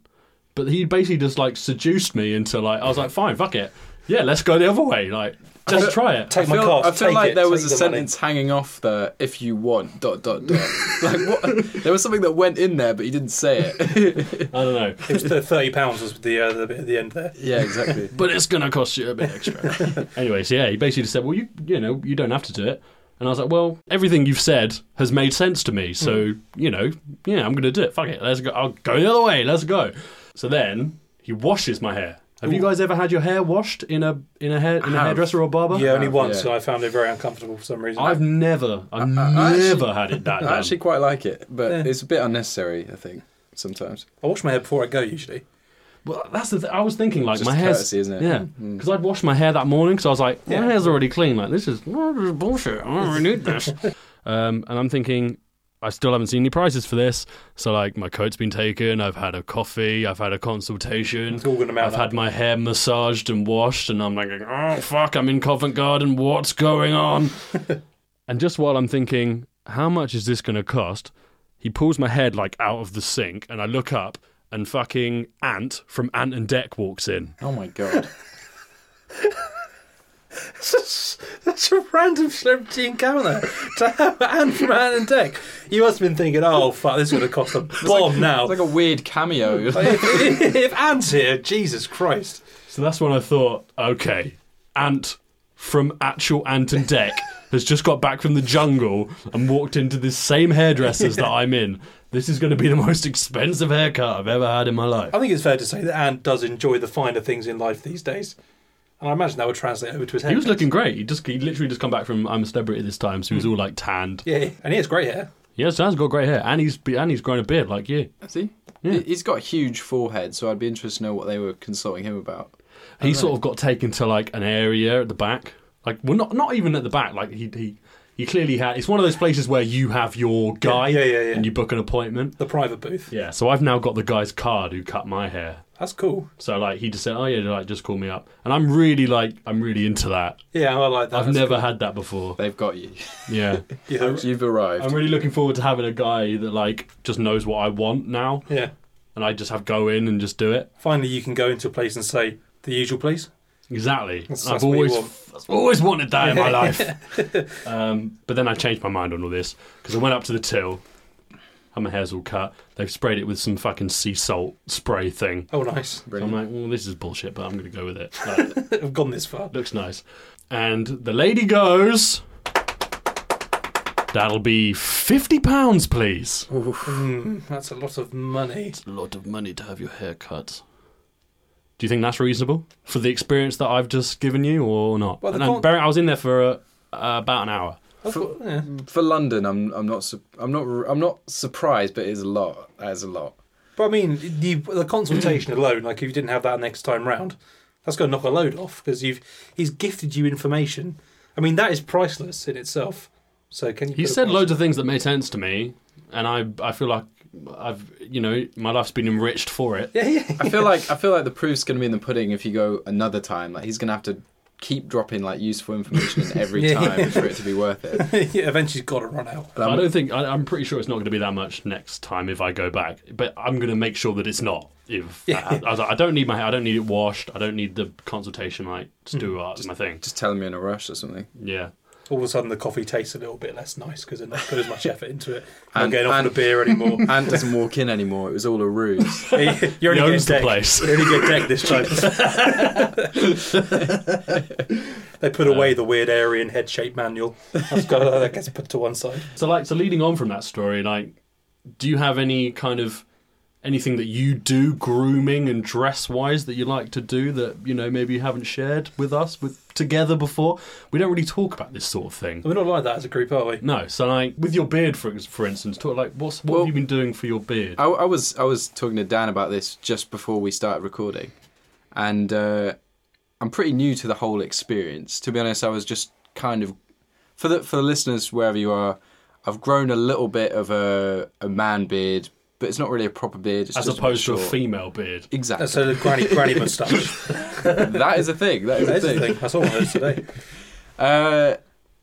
C: But he basically just like seduced me into like I was like, "Fine, fuck it, yeah, let's go the other way." Like, just try
B: [laughs]
C: it.
B: Take
A: I
B: my
A: feel,
B: calf.
A: I feel
B: take
A: like
B: it,
A: there was a
B: take the money.
A: sentence hanging off the "if you want" dot dot dot. [laughs] like what? There was something that went in there, but you didn't say
B: [laughs]
A: it.
C: I don't know,
B: It was the thirty pounds was the uh, the bit at the end there.
A: yeah, exactly.
C: but it's gonna cost you a bit
A: [laughs]
C: extra. anyway, so yeah, he basically just said, "Well, you you know, you don't have to do it." And I was like, "Well, everything you've said has made sense to me, so you know, yeah, I'm gonna do it. Fuck it, let's go. I'll go the other way. Let's go." So then he washes my hair. Have you guys ever had your hair washed in a in a hair in a
A: have.
C: hairdresser or barber?
B: Yeah, only
A: Yeah.
B: once, and I found it very uncomfortable for some reason.
C: I've never, I've
A: I actually-
C: never had it that done.
A: I actually quite like it, but it's a bit unnecessary. I think sometimes.
B: I wash my hair before I go usually.
C: Well, that's the. Th- I was thinking like
A: Just
C: my hair's,
A: courtesy, isn't it? Hmm.
C: Yeah, because I'd washed my hair that morning because I was like, my
A: [laughs]
B: Yeah.
C: hair's already clean. Like this is, oh, this is bullshit. I don't really need this. um, and I'm thinking, I still haven't seen any prices for this. So like my coat's been taken, I've had a coffee, I've had a consultation,
B: all gonna mount
C: I've
B: up.
C: had my hair massaged and washed, and I'm like, oh fuck, I'm in Covent Garden, what's going
B: [laughs]
C: on? and just while I'm thinking, how much is this gonna cost? He pulls my head like out of the sink, and I look up, and fucking Ant from Ant and Deck walks in.
A: Oh my [laughs] god.
B: [laughs] That's a random celebrity encounter to have Anne from Anne and Deck. You must have been thinking, oh, fuck, this is going to cost a bomb now.
A: It's like a weird cameo.
B: [laughs] if Anne's here, Jesus Christ.
C: So that's when I thought, okay, Ant from actual Ant
B: [laughs]
C: and Deck has just got back from the jungle and walked into this same hairdresser's that I'm in. This is going to be the most expensive haircut I've ever had in my life.
B: I think it's fair to say that Anne does enjoy the finer things in life these days. And I imagine that would translate over to his hair.
C: He was looking great. He just he literally just come back from I'm a celebrity this time, so he was all like tanned.
B: Hmm. Yeah, and he has great hair.
C: Yeah, so has got great hair, and he's and he's grown a beard like you.
A: [laughs]
B: Oh,
A: See? He's got a huge forehead, so I'd be interested to know what they were consulting him about.
C: He sort of got taken to like an area at the back. Like well not not even at the back, like he he, he clearly had it's one of those places where you have your guy
B: yeah, yeah, yeah.
C: and you book an appointment.
B: The private booth.
C: Yeah, so I've now got the guy's card who cut my hair.
B: That's cool.
C: So like he just said, "Oh yeah, like just call me up," and I'm really like I'm really into that.
B: Yeah, I like that.
C: I've
B: That's
C: never had that
B: [laughs]
C: before.
A: They've got you. [laughs]
C: Yeah,
B: cool. Yeah.
A: You've arrived.
C: I'm really looking forward to having a guy that like just knows what I want now,
B: yeah.
C: and I just have go in and just do it.
B: Finally, you can go into a place and say, the usual place.
C: Exactly.
B: That's-
C: I've
B: that's what you
C: always
B: want.
C: I've always wanted that in my
B: [laughs]
C: life. um, but then I changed my mind on all this because I went up to the till, had my hair's all cut. They've sprayed it with some fucking sea salt spray thing.
B: Oh, nice. [laughs]
C: So I'm like, well, this is bullshit, but I'm going to go with it. Like,
B: I've gone this far.
C: Looks nice. And the lady goes, That'll be £50, please.
B: That's a lot of money.
C: A lot of money to have your hair cut. Do you think that's reasonable for the experience that I've just given you or not?
B: Well, the
C: and I,
B: con-
C: bear- I was in there for uh, uh, about an hour.
B: I've got- yeah.
A: For London, I'm I'm not su- I'm not I'm not surprised, but it is a lot. That is a lot.
B: But I mean, the, the consultation alone, like if you didn't have that next time round, that's going to knock a load off because you've he's gifted you information. I mean, that is priceless in itself. So can you?
C: He
B: put a
C: said
B: price-
C: loads of things that made sense to me, and I, I feel like I've, you know, my life's been enriched for it.
B: Yeah, yeah.
A: I feel like I feel like the proof's going to be in the pudding if you go another time. Like he's going to have to keep dropping like useful information in every
B: Yeah.
A: time for it to be worth it.
B: [laughs] yeah eventually, got to run out.
C: I don't think, I, I'm pretty sure it's not going to be that much next time if I go back, but I'm going to make sure that it's not.
A: [laughs]
C: If I, I, was like, I don't need my hair, I don't need it washed, I don't need the consultation, like, just do uh, my thing.
A: Hmm. Just tell him you're in a rush or something.
C: Yeah.
B: All of a sudden, the coffee tastes a little bit less nice because they're not put as much effort into it. I'm
A: And-
B: not getting offered
A: and-
B: a beer anymore.
C: [laughs]
A: Ant doesn't walk in anymore. It was all a ruse.
B: You're
C: He
B: only getting
C: owns the
B: decked.
C: place.
B: You only get decked this time.
C: [laughs]
B: they put away
C: Uh,
B: the weird Aryan head shape manual. That's got, uh, that gets put to one side.
C: So, like, so leading on from that story, like, do you have any kind of anything that you do grooming and dress wise that you like to do that you know maybe you haven't shared with us with together before? We don't really talk about this sort of thing.
B: We're not like that as a group, are we?
C: No, so like with your beard, for ex- for instance, talk like what's what
A: Well-
C: have you been doing for your beard?
A: I, I was I was talking to Dan about this just before we started recording, and uh, I'm pretty new to the whole experience. To be honest, I was just kind of for the for the listeners wherever you are, I've grown a little bit of a a man beard, but it's not really a proper beard. It's
C: As
A: just
C: opposed to a
A: short.
C: female beard.
A: Exactly.
B: That's a Uh, granny
C: [laughs]
B: granny moustache.
A: that is a thing. That is
B: That
A: a
B: is the
A: thing.
B: thing. That's all it is today.
C: [laughs]
A: Uh,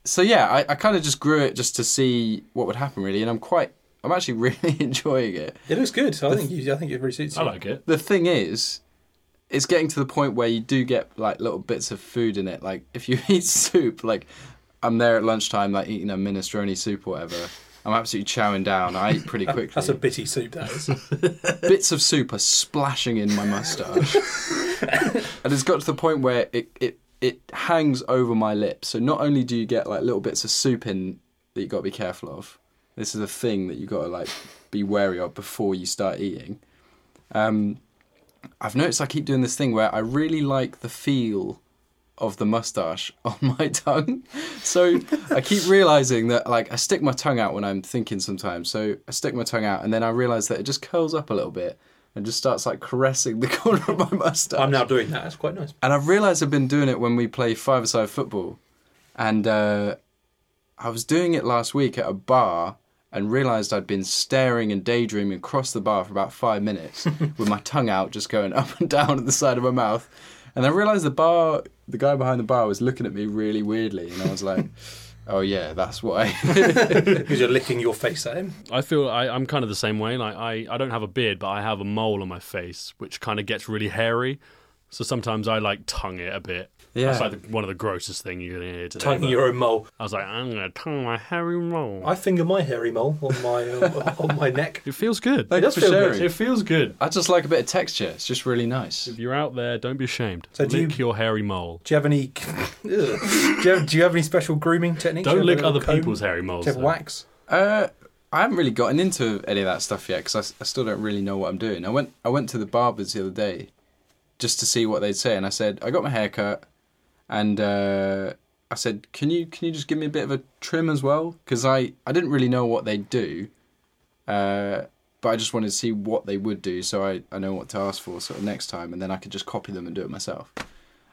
A: so yeah, I, I kind of just grew it just to see what would happen really, and I'm quite, I'm actually [laughs] really enjoying it.
B: It looks good. I think you, I think it really suits
C: I
B: you.
C: like it.
A: The thing is, it's getting to the point where you do get like little bits of food in it. Like if you [laughs] eat soup, like I'm there at lunchtime, like eating a minestrone soup or whatever. I'm absolutely chowing down. I eat pretty quickly.
B: [laughs] That's a bitty soup. That is.
A: Bits of soup are splashing in my mustache, and it's got to the point where it it it hangs over my lips. So not only do you get like little bits of soup in that you got to be careful of. This is a thing that you got to like be wary of before you start eating. Um, I've noticed I keep doing this thing where I really like the feel of the mustache [laughs] on my tongue. So I keep realizing that like I stick my tongue out when I'm thinking sometimes. So I stick my tongue out and then I realize that it just curls up a little bit and just starts like caressing the [laughs] corner of my mustache.
B: I'm now doing that. That's quite nice.
A: And I've realised I've been doing it when we play five-a-side football, and uh, I was doing it last week at a bar, and realised I'd been staring and daydreaming across the bar for about five minutes with my tongue out, just going [laughs] up and down at the side of my mouth. And I realised the bar, the guy behind the bar was looking at me really weirdly, and I was like, [laughs] "Oh yeah, that's why."
B: because you're licking your face at him.
C: I feel I, I'm kind of the same way. Like I, I don't have a beard, but I have a mole on my face, which kind of gets really hairy. So sometimes I like tongue it a bit.
A: Yeah.
C: That's like the, one of the grossest things you're gonna hear today.
B: Tonguing
C: but
B: your own mole.
C: I was like, I'm gonna tongue my hairy mole.
B: I finger my hairy mole on my uh, on my neck.
C: it feels good.
A: Thanks
B: does
A: for
B: feel good.
A: sharing.
C: It feels good.
A: [laughs] I just like a bit of texture. It's just really nice.
C: If you're out there, don't be ashamed.
B: So do you-
C: lick your hairy mole.
B: Do you have any? [laughs] Ugh. do, you have, do you have any special grooming techniques? Do
C: Don't
B: you have
C: lick
B: a little
C: other
B: comb?
C: people's hairy moles.
B: Do you have
C: though.
B: wax?
A: Uh, I haven't really gotten into any of that stuff yet because I, s- I still don't really know what I'm doing. I went I went to the barbers the other day just to see what they'd say, and I said I got my hair cut, and uh, I said, can you can you just give me a bit of a trim as well? Because I I didn't really know what they'd do, uh, but I just wanted to see what they would do, so I I know what to ask for sort of next time, and then I could just copy them and do it myself.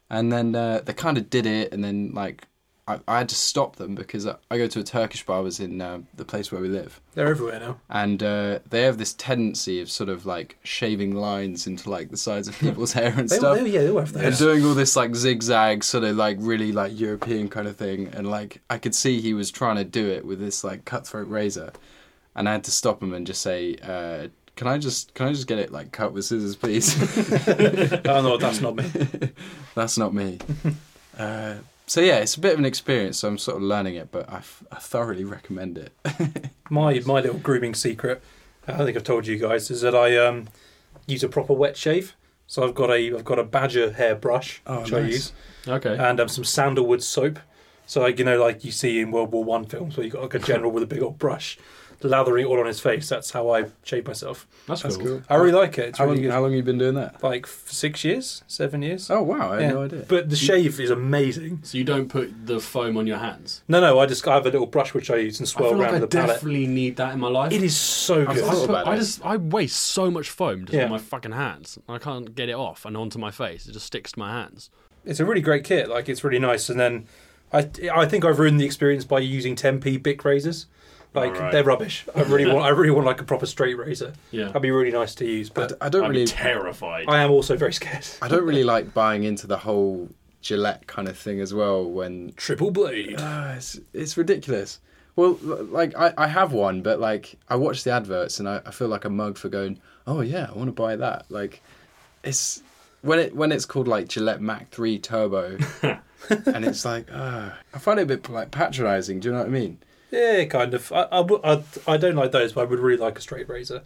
A: And then uh, they kind of did it, and then like I, I had to stop them because I, I go to a Turkish barbers in uh, the place where we live,
B: They're everywhere now.
A: and uh, they have this tendency of sort of like shaving lines into like the sides of people's hair and
B: They,
A: stuff,
B: they, yeah, they all have
A: and [laughs]
B: those.
A: doing all this like zigzag sort of like really like European kind of thing. And like I could see he was trying to do it with this like cutthroat razor, and I had to stop him and just say, uh, "Can I just can I just get it like cut with scissors, please?" [laughs]
B: oh no, that's not me.
A: That's not me. uh, so yeah, it's a bit of an experience. So I'm sort of learning it, but I, f- I thoroughly recommend it.
B: [laughs] My my little grooming secret, I don't think I've told you guys, is that I um, use a proper wet shave. So I've got a I've got a badger hairbrush
A: Oh,
B: which I
A: nice.
B: use,
C: Okay.
B: and um, some sandalwood soap. So like you know, like you see in World War One films, where you got like a general with a big old brush, lathering it all on his face. That's how I shave myself.
C: that's, cool.
B: I really like it. It's
A: How
B: really
A: long,
B: good.
A: how long have you been doing that?
B: Like f- six years, seven years.
A: Oh wow, I had
B: Yeah.
A: no idea.
B: But the shave is amazing.
C: So you don't put the foam on your hands.
B: No, no, I just I have a little brush which I use and swirl around with the palette.
C: need that in my life.
B: It is so
A: I've
B: good.
A: thought
C: I, put-
A: about
C: I
A: it.
C: just I waste so much foam just
B: Yeah.
C: on my fucking hands. I can't get it off and onto my face. It just sticks to my hands.
B: it's a really great kit. Like it's really nice. And then I I think I've ruined the experience by using 10p Bic razors. Like
C: Alright.
B: they're rubbish. I really want I really want like a proper straight razor.
C: Yeah.
B: That'd be really nice to use.
A: I
B: But
A: d- I don't
C: I'm
A: really,
C: terrified.
B: I am also very scared.
A: I don't really like buying into the whole Gillette kind of thing as well. When
B: Triple blade.
A: Ah, it's, it's ridiculous. Well, l- like I, I have one, but like I watch the adverts and I, I feel like a mug for going. Oh yeah, I want to buy that. Like, it's when it when it's called like Gillette Mac Three Turbo, and it's like ah, I find it a bit like patronising. Do you know what I mean?
B: Yeah, kind of. I I would- I I don't like those, but I would really like a straight razor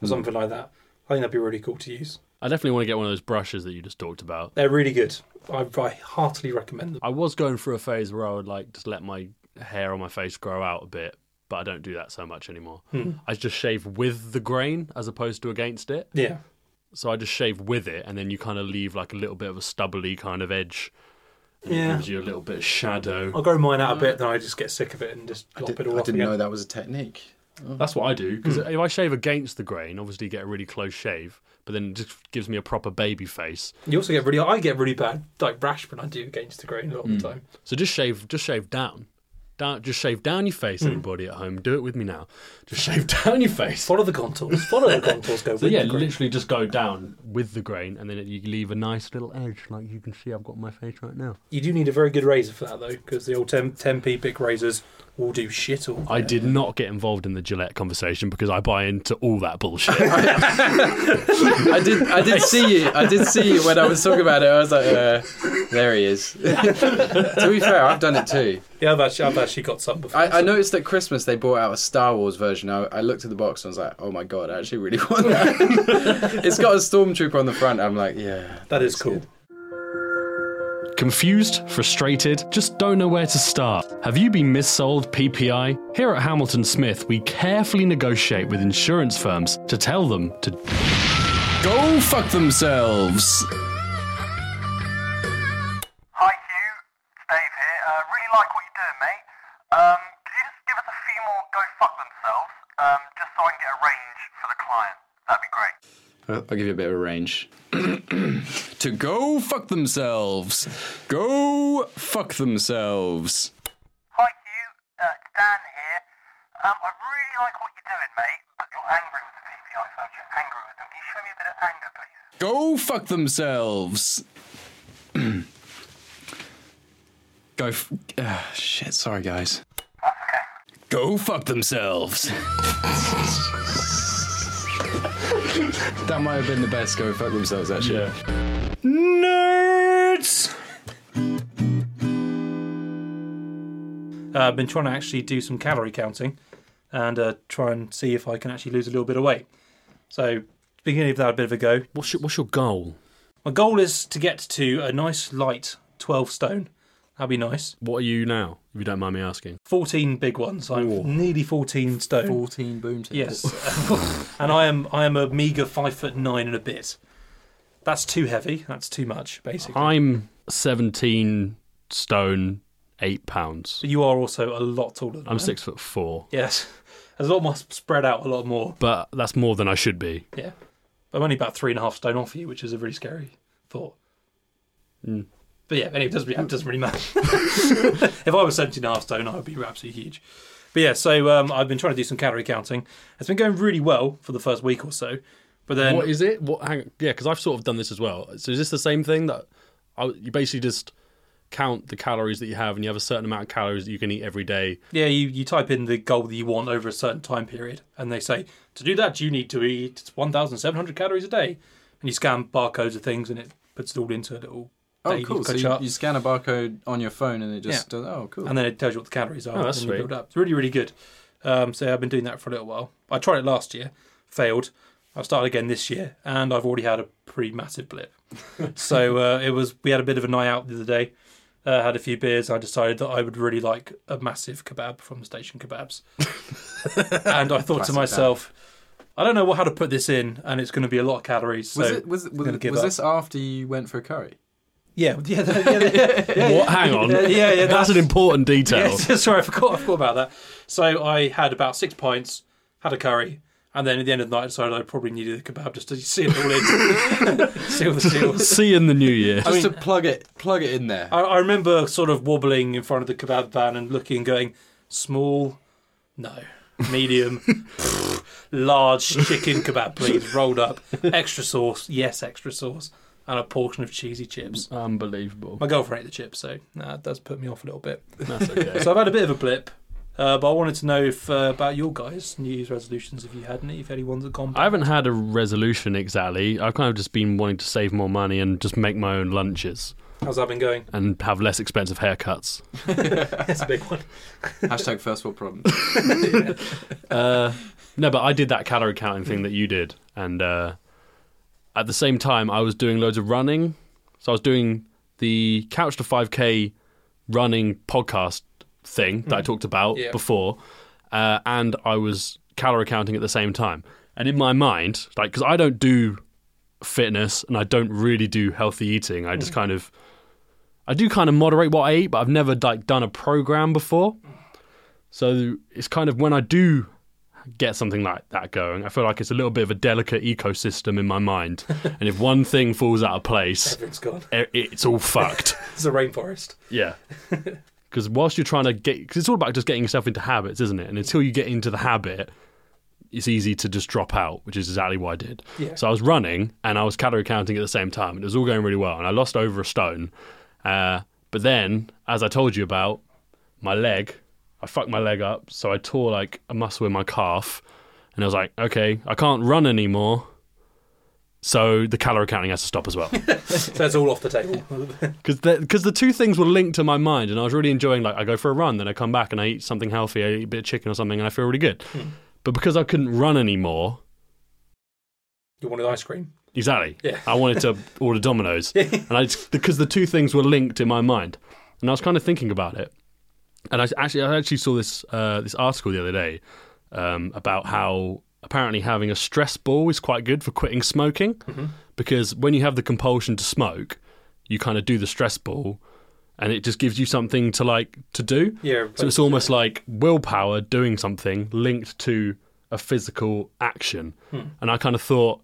B: or something like that. I think that'd be really cool to use.
C: I definitely want to get one of those brushes that you just talked about.
B: They're really good. I, I heartily recommend them.
C: I was going through a phase where I would like just let my hair on my face grow out a bit, but I don't do that so much anymore. I just shave with the grain as opposed to against it.
B: Yeah.
C: So I just shave with it, and then you kind of leave like a little bit of a stubbly kind of edge. and it
B: Yeah.
C: Gives you a little bit of shadow.
B: I'll grow mine out a bit, then I just get sick of it and just
A: I,
B: lop
A: did,
B: it all
A: I
B: off
A: didn't
B: again.
A: know that was a technique.
C: That's what I do because
B: Hmm.
C: if I shave against the grain, obviously you get a really close shave, but then it just gives me a proper baby face.
B: You also get really, I get really bad like rash when I do against the grain a
A: Mm.
B: lot of the time.
C: So just shave, just shave down, down, just shave down your
B: Hmm.
C: face. Everybody at home, do it with me now. Just [laughs] shave down your face.
B: Follow the contours. Follow
A: [laughs]
B: the contours. Go
C: So
B: with
C: yeah,
B: the grain.
C: literally just go down with the grain, and then it, you leave a nice little edge, like you can see I've got on my face right now.
B: You do need a very good razor for that though, because the old 10, 10p big razors will do shit all.
C: I did not get involved in the Gillette conversation because I buy into all that bullshit.
A: I did. I did see you. I did see you when I was talking about it. I was like, uh, there he is. to be fair, I've done it too.
B: Yeah, I've actually, I've actually got some before.
A: I, I noticed at Christmas they brought out a Star Wars version. I, I looked at the box and I was like, oh my god, I actually really want that. [laughs] it's got a stormtrooper on the front. I'm like, yeah.
B: that is cool.
C: Confused, frustrated, just don't know where to start. Have you been missold PPI? Here at Hamilton Smith, we carefully negotiate with insurance firms to tell them to
A: Go fuck themselves.
F: Hi Hugh, it's Dave here. Uh, really like what you're doing, mate. Um, could you just give us a few more go fuck themselves, um, just so I can get a range for the client? That'd be great.
A: I'll give you a bit of a range. [clears throat] to go fuck themselves. Go fuck themselves.
F: Hi Hugh, uh, it's Dan here. Um, I really like
A: Go fuck themselves. [clears throat] Go. F- ah, shit. Sorry, guys. Go fuck themselves. [laughs] that might have been the best. Go fuck themselves. Actually.
C: Yeah.
B: Nerds! Uh, I've been trying to actually do some calorie counting and uh, try and see if I can actually lose a little bit of weight. So, beginning of that, a bit of a go.
C: What's your What's your goal?
B: My goal is to get to a nice light 12 stone. That'd be nice.
C: What are you now? If you don't mind me asking.
B: 14 big ones. I'm nearly 14 stone.
A: 14 boom tips.
B: Yes, [laughs] and I am I am a meager five foot nine and a bit. That's too heavy. That's too much, basically.
A: Uh-huh.
C: I'm 17 stone, eight pounds.
B: But you are also a lot taller. Than I am.
C: I'm six foot four,
B: Yes, [laughs] there's a lot more spread out, a lot more.
C: but that's more than I should be.
B: Yeah, I'm only about three and a half stone off you, which is a really scary thought.
A: Hmm.
B: But yeah, anyway, it doesn't, it doesn't
A: [laughs]
B: really matter. if I was 17 and a half stone, I would be absolutely huge. But yeah, so um, I've been trying to do some calorie counting. It's been going really well for the first week or so. But then
C: What is it? What? Hang, yeah, because I've sort of done this as well. So is this the same thing that I, you basically just count the calories that you have, and you have a certain amount of calories that you can eat every day?
B: Yeah, you, you type in the goal that you want over a certain time period, and they say, to do that, you need to eat 1,700 calories a day. And you scan barcodes of things, and it puts it all into a little
A: Oh,
B: daily
A: cool. So you,
B: chart,
A: you scan a barcode on your phone and it just
B: Yeah.
A: does. Oh, cool.
B: and then it tells you what the calories are.
C: Oh, that's
B: and you
C: sweet.
B: build up. It's really, really good. Um, so I've been doing that for a little while. I tried it last year, failed. I've started again this year, and I've already had a pretty
A: [laughs]
B: massive blip. so uh, it was. We had a bit of a night out the other day. Uh, had a few beers. I decided that I would really like a massive kebab from Station Kebabs,
A: [laughs]
B: and I thought to
A: Classic
B: myself, I don't know what- how to put this in, and it's going to be a lot of calories. So
A: was it was, it- was,
B: gonna
A: it-
B: give
A: was
B: up.
A: this after you went for a curry? [laughs]
B: yeah, yeah, yeah, yeah,
C: What? Hang on.
B: yeah, yeah, yeah
C: That's an important detail.
B: Yeah, [laughs] sorry, I forgot, I forgot about that. So I had about six pints, had a curry, and then at the end of the night, I decided I probably needed a kebab just to seal it all in, seal the seals.
C: [laughs] See you in the new year.
A: Just
B: mean-
A: to plug it plug it in there.
B: I, I remember sort of wobbling in front of the kebab van and looking and going, small, no, medium, [laughs] pfft, large chicken kebab, please, rolled up, extra sauce, yes, extra sauce, and a portion of cheesy chips.
C: Unbelievable.
B: My girlfriend ate the chips, so nah, it does put me off a little bit.
C: That's okay.
B: So I've had a bit of a blip, uh, but I wanted to know if uh, about your guys' New Year's resolutions. If you had any, if anyone's had gone.
C: I haven't had a resolution exactly. I've kind of just been wanting to save more money and just make my own lunches
B: How's that been going?
C: and have less expensive haircuts.
B: That's a big one.
A: [laughs] Hashtag first world problem.
C: Uh, no, but I did that calorie counting thing that you did, and uh, at the same time, I was doing loads of running. So I was doing the Couch to Five K running podcast thing that I talked about
B: Yeah.
C: before, uh, and I was calorie counting at the same time. And in my mind, like, because I don't do fitness and I don't really do healthy eating. I just kind of, I do kind of moderate what I eat, but I've never like done a program before. So it's kind of when I do get something like that going, I feel like it's a little bit of a delicate ecosystem in my mind. and if one thing falls out of place,
B: Everything's gone.
C: e- it's all fucked.
B: It's a rainforest.
C: [laughs] Yeah. Because whilst you're trying to get, because it's all about just getting yourself into habits, isn't it? And until you get into the habit, it's easy to just drop out, which is exactly what I did.
B: Yeah.
C: So I was running and I was calorie counting at the same time, and it was all going really well, and I lost over a stone. Uh, but then, as I told you about, my leg, I fucked my leg up, so I tore like a muscle in my calf, and I was like, okay, I can't run anymore. So the calorie counting has to stop as well
B: So it's all off the table.
C: because the, 'cause the two things were linked to my mind and i was really enjoying like i go for a run then i come back and i eat something healthy i eat a bit of chicken or something and i feel really good but because i couldn't run anymore
B: [laughs] you wanted ice cream.
C: exactly
B: Yeah.
C: i wanted to order dominoes and i just, because the two things were linked in my mind and i was kind of thinking about it and i actually i actually saw this uh, this article the other day um, about how apparently having a stress ball is quite good for quitting smoking because when you have the compulsion to smoke you kind of do the stress ball and it just gives you something to like to do
B: Yeah,
C: so it's almost like willpower doing something linked to a physical action
B: Hmm.
C: and i kind of thought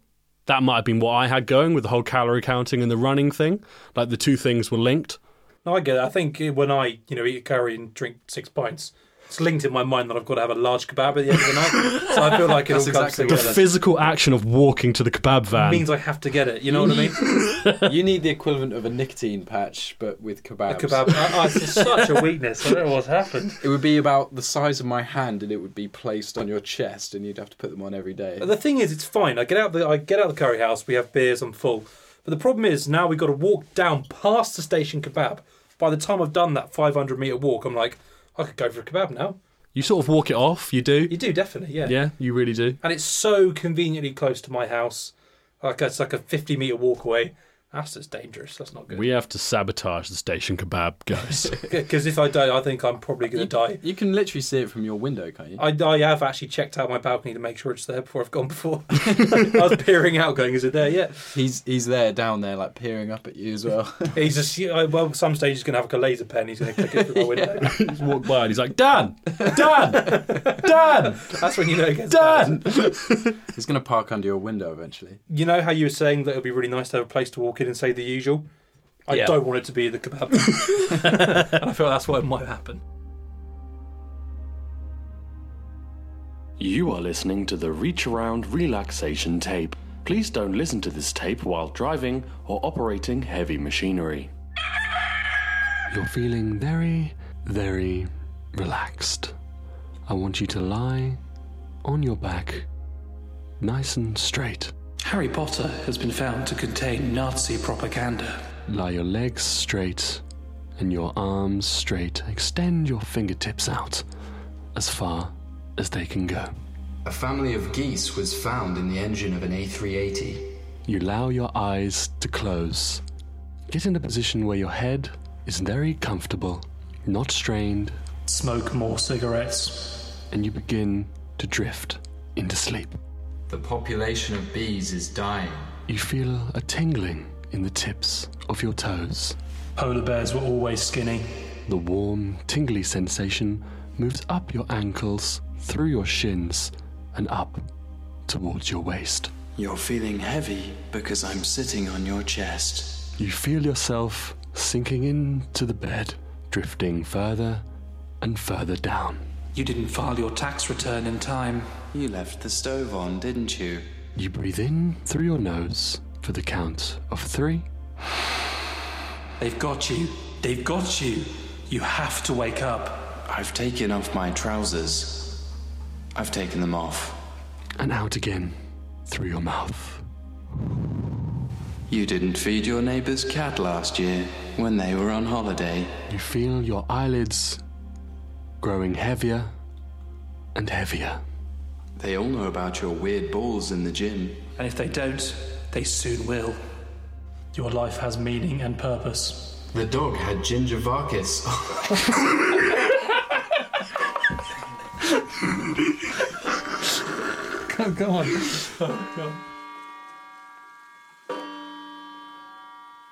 C: that might have been what i had going with the whole calorie counting and the running thing like the two things were linked
B: No, I get it. I think when I, you know, eat a curry and drink six pints, It's linked in my mind that I've got to have a large kebab at the end of the night. so I feel like it all
A: That's
B: comes
A: exactly
B: together.
A: what
G: Physical action of walking to the kebab van.
B: means I have to get it. You know what I
A: [laughs]
B: mean?
A: [laughs] you need the equivalent of a nicotine patch, but with kebabs.
B: Kebab. I, I, it's such a weakness. I don't know what's happened.
A: It would be about the size of my hand, and it would be placed on your chest, and you'd have to put them on every day.
B: But the thing is, it's fine. I get out the I get out the curry house. We have beers. I'm full. But the problem is now we've got to walk down past the station kebab. By the time I've done that 500 meter walk, I'm like, I could go for a kebab now.
G: you sort of walk it off. You do.
B: You do definitely, yeah.
G: yeah, you really do.
B: And it's so conveniently close to my house. Like it's like a 50 meter walk away. That's just dangerous. That's not [laughs] good.
G: We have to sabotage the station kebab, guys.
B: Because if I don't, I think I'm probably
A: you,
B: going to die.
A: you can literally see it from your window, can't you?
B: I, I have actually checked out my balcony to make sure it's there before I've gone before. [laughs] I was peering out, going, "Is it there yet?"
A: He's he's there, down there, like peering up at you as well. [laughs]
B: He's just you know, well, some stage he's going to have like a laser pen. He's going to click it through my window.
G: Just walk by and he's like, Dan, Dan, Dan,
B: That's when you know it gets bad.
G: Dan.
A: he's gonna park under your window eventually.
B: You know how you were saying that it would be really nice to have a place to walk in and say the usual. I
G: Yeah.
B: don't want it to be the kebab. and [laughs] I feel that's what might happen.
C: You are listening to the Reach Around Relaxation Tape. Please don't listen to this tape while driving or operating heavy machinery. You're feeling very, very relaxed. I want you to lie on your back, nice and straight.
H: Harry Potter has been found to contain Nazi propaganda.
C: Lie your legs straight and your arms straight. Extend your fingertips out as far as they can go.
I: A family of geese was found in the engine of an A380.
C: You allow your eyes to close. Get in a position where your head is very comfortable, not strained,
H: Smoke more cigarettes.
C: and you begin to drift into sleep.
I: The population of bees is dying.
C: You feel a tingling in the tips of your toes.
H: Polar bears were always skinny.
C: The warm, tingly sensation moves up your ankles, through your shins, and up towards your waist.
J: You're feeling heavy because I'm sitting on your chest.
C: You feel yourself sinking into the bed, drifting further and further down.
H: You didn't file your tax return in time.
J: You left the stove on, didn't you?
C: You breathe in through your nose for the count of three.
H: They've got you. They've got you. You have to wake up.
J: I've taken off my trousers. I've taken them off.
C: and out again through your mouth.
J: You didn't feed your neighbor's cat last year when they were on holiday.
C: You feel your eyelids growing heavier and heavier.
J: They all know about your weird balls in the gym.
H: And if they don't, they soon will. Your life has meaning and purpose.
I: The dog had gingivitis. [laughs]
B: Oh, God.